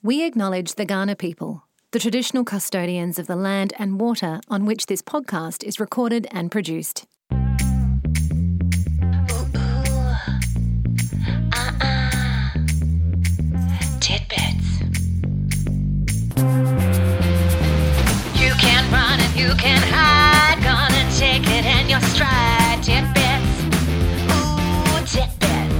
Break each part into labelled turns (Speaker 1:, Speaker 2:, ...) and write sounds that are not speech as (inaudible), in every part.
Speaker 1: We acknowledge the Ghana people, the traditional custodians of the land and water on which this podcast is recorded and produced.
Speaker 2: Tidbits. You can run and you can hide. Gonna take it in your stride. Tidbits. Ooh, tidbits.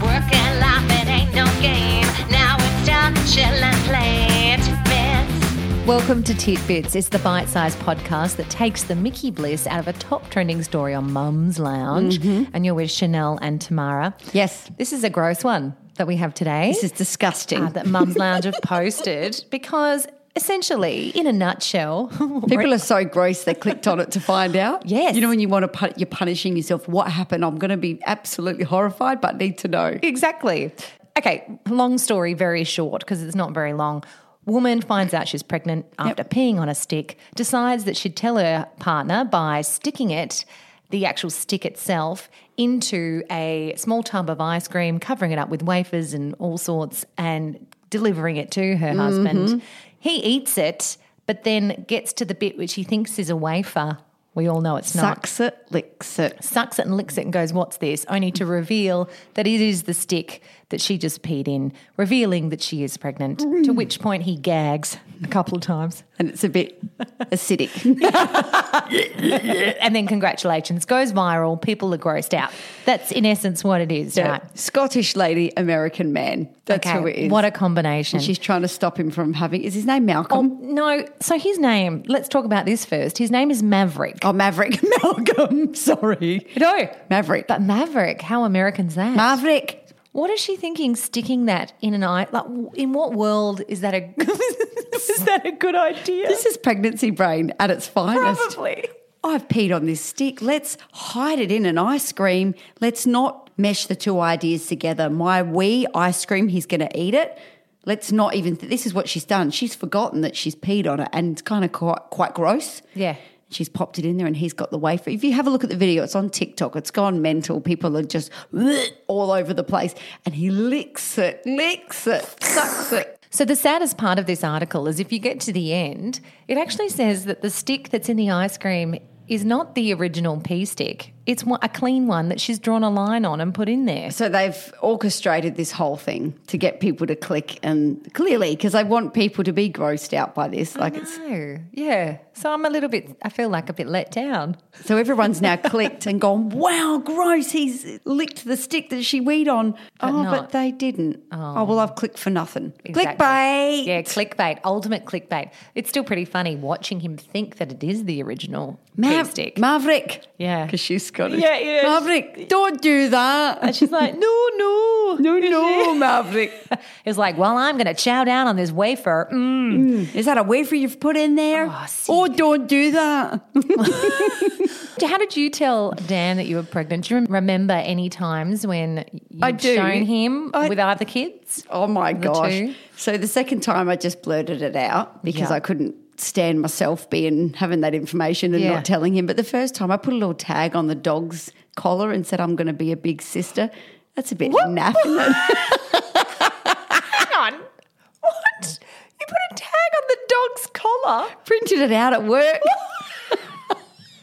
Speaker 2: Work and life, it ain't no game. Now it's time to chill and play. Tidbits.
Speaker 3: Welcome to Titbits. It's the bite sized podcast that takes the Mickey Bliss out of a top trending story on Mum's Lounge.
Speaker 4: Mm-hmm.
Speaker 3: And you're with Chanel and Tamara.
Speaker 4: Yes.
Speaker 3: This is a gross one that we have today
Speaker 4: This is disgusting.
Speaker 3: uh, that Mum's Lounge have posted because essentially, in a nutshell, (laughs)
Speaker 4: People are so gross they clicked on it to find (laughs) out.
Speaker 3: Yes.
Speaker 4: You know when you want to pun- you're punishing yourself. What happened? I'm going to be absolutely horrified, but need to know.
Speaker 3: Exactly. Okay, long story, very short, because it's not very long. Woman finds out she's pregnant after peeing on a stick, decides that she'd tell her partner by sticking it, the actual stick itself, into a small tub of ice cream, covering it up with wafers and all sorts, and delivering it to her husband. He eats it, but then gets to the bit which he thinks is a wafer. We all know it's not
Speaker 4: Sucks it, licks it.
Speaker 3: sucks it and licks it and goes, What's this? Only to reveal that it is the stick that she just peed in, revealing that she is pregnant. To which point he gags a couple of times.
Speaker 4: And it's a (laughs) bit acidic.
Speaker 3: And then, congratulations, goes viral. People are grossed out. That's in essence what it is, right?
Speaker 4: Scottish lady, American man. That's who it is.
Speaker 3: What a combination.
Speaker 4: She's trying to stop him from having. Is his name Malcolm?
Speaker 3: no, so his name, let's talk about this first. His name is Maverick.
Speaker 4: Oh, Maverick. (laughs) Malcolm. Sorry.
Speaker 3: No,
Speaker 4: Maverick.
Speaker 3: but Maverick, how American's that?
Speaker 4: Maverick.
Speaker 3: What is she thinking? Sticking that in an eye? Like, w- in what world is that a (laughs) is that a good idea?
Speaker 4: This is pregnancy brain at its finest.
Speaker 3: Probably.
Speaker 4: I've peed on this stick. Let's hide it in an ice cream. Let's not mesh the two ideas together. My wee ice cream, he's going to eat it. Let's not even. Th- this is what she's done. She's forgotten that she's peed on it, and it's kind of quite, quite gross.
Speaker 3: Yeah.
Speaker 4: She's popped it in there, and he's got the wafer. If you have a look at the video, it's on TikTok. It's gone mental. People are just all over the place, and he licks it, licks it, sucks it.
Speaker 3: So the saddest part of this article is if you get to the end, it actually says that the stick that's in the ice cream is not the original pea stick. It's one, a clean one that she's drawn a line on and put in there.
Speaker 4: So they've orchestrated this whole thing to get people to click, and clearly, because they want people to be grossed out by this, like it's
Speaker 3: Oh, yeah. So I'm a little bit. I feel like a bit let down.
Speaker 4: so everyone's now clicked and gone, "Wow, gross! He's licked the stick that she weed on." oh,
Speaker 3: not-
Speaker 4: but they didn't. Oh. well, I've clicked for nothing.
Speaker 3: Exactly.
Speaker 4: Clickbait.
Speaker 3: Yeah, clickbait. Ultimate clickbait. It's still pretty funny watching him think that it is the original pea
Speaker 4: Mav-
Speaker 3: stick.
Speaker 4: Maverick.
Speaker 3: Yeah.
Speaker 4: Because she's Scottish.
Speaker 3: Yeah, yeah.
Speaker 4: Maverick, don't
Speaker 3: (laughs)
Speaker 4: do
Speaker 3: and (laughs)
Speaker 4: that.
Speaker 3: she's like, no, no,
Speaker 4: No, no, Maverick.
Speaker 3: (laughs) It's like, well, I'm going to chow down on this wafer. Mm.
Speaker 4: Is that a wafer you've put in there?
Speaker 3: Oh, sick.
Speaker 4: Oh, don't do that.
Speaker 3: How did you tell Dan that you were pregnant? Do you rem- remember any times when you've
Speaker 4: I do.
Speaker 3: shown him
Speaker 4: I-
Speaker 3: with other kids?
Speaker 4: Oh my gosh.
Speaker 3: two?
Speaker 4: So the second time I just blurted it out because
Speaker 3: Yeah.
Speaker 4: I couldn't stand myself being having that information and
Speaker 3: Yeah.
Speaker 4: not telling him. But the first time I put a little tag on the dog's collar and said I'm gonna be a big sister. That's a bit naff, (laughs) isn't it?
Speaker 3: Hang on. What? You put a tag on the dog's collar?
Speaker 4: Printed it out at work.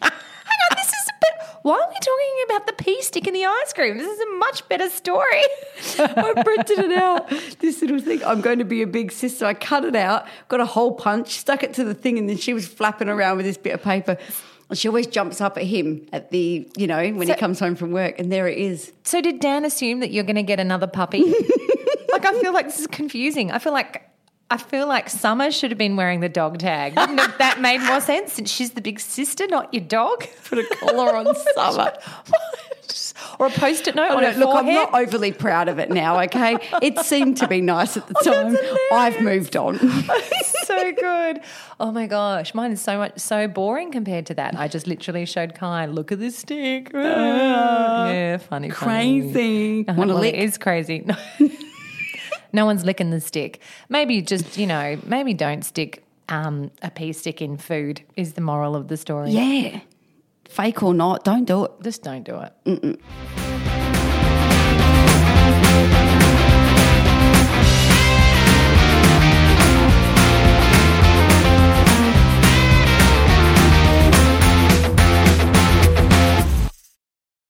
Speaker 3: Hang on, this is a bit. Why are we talking about the pea stick in the ice cream? This is a much better (laughs) story.
Speaker 4: I printed it out. This little thing. I'm going to be a big sister. I cut it out, got a hole punch, stuck it to the thing, and then she was flapping around with this bit of paper. And she always jumps up at him at the, you know, when he comes home from work, and there it is.
Speaker 3: So did Dan assume that you're going to get another puppy? (laughs) like I feel like this is confusing. I feel like I feel like Summer should have been wearing the dog tag. Wouldn't have that made more sense since she's the big sister, not your dog? Put
Speaker 4: (laughs)
Speaker 3: a collar on Summer. (laughs) or a post-it note
Speaker 4: Oh,
Speaker 3: on
Speaker 4: no,
Speaker 3: her
Speaker 4: look, I'm
Speaker 3: forehead.
Speaker 4: not overly proud of it now, okay? It seemed to be nice at the
Speaker 3: (laughs) Oh, that's
Speaker 4: time. I've moved on.
Speaker 3: (laughs) so good. Oh my gosh, mine is so much so boring compared to that. I just literally showed Kai, look at this stick. yeah, funny, funny.
Speaker 4: Crazy. Want to
Speaker 3: well, It
Speaker 4: lick?
Speaker 3: is crazy. (laughs) No. no one's licking the stick. Maybe just, you know, maybe don't stick um, a pea stick in food is the moral of the story.
Speaker 4: Yeah. Fake or not, don't do it.
Speaker 3: Just don't do it.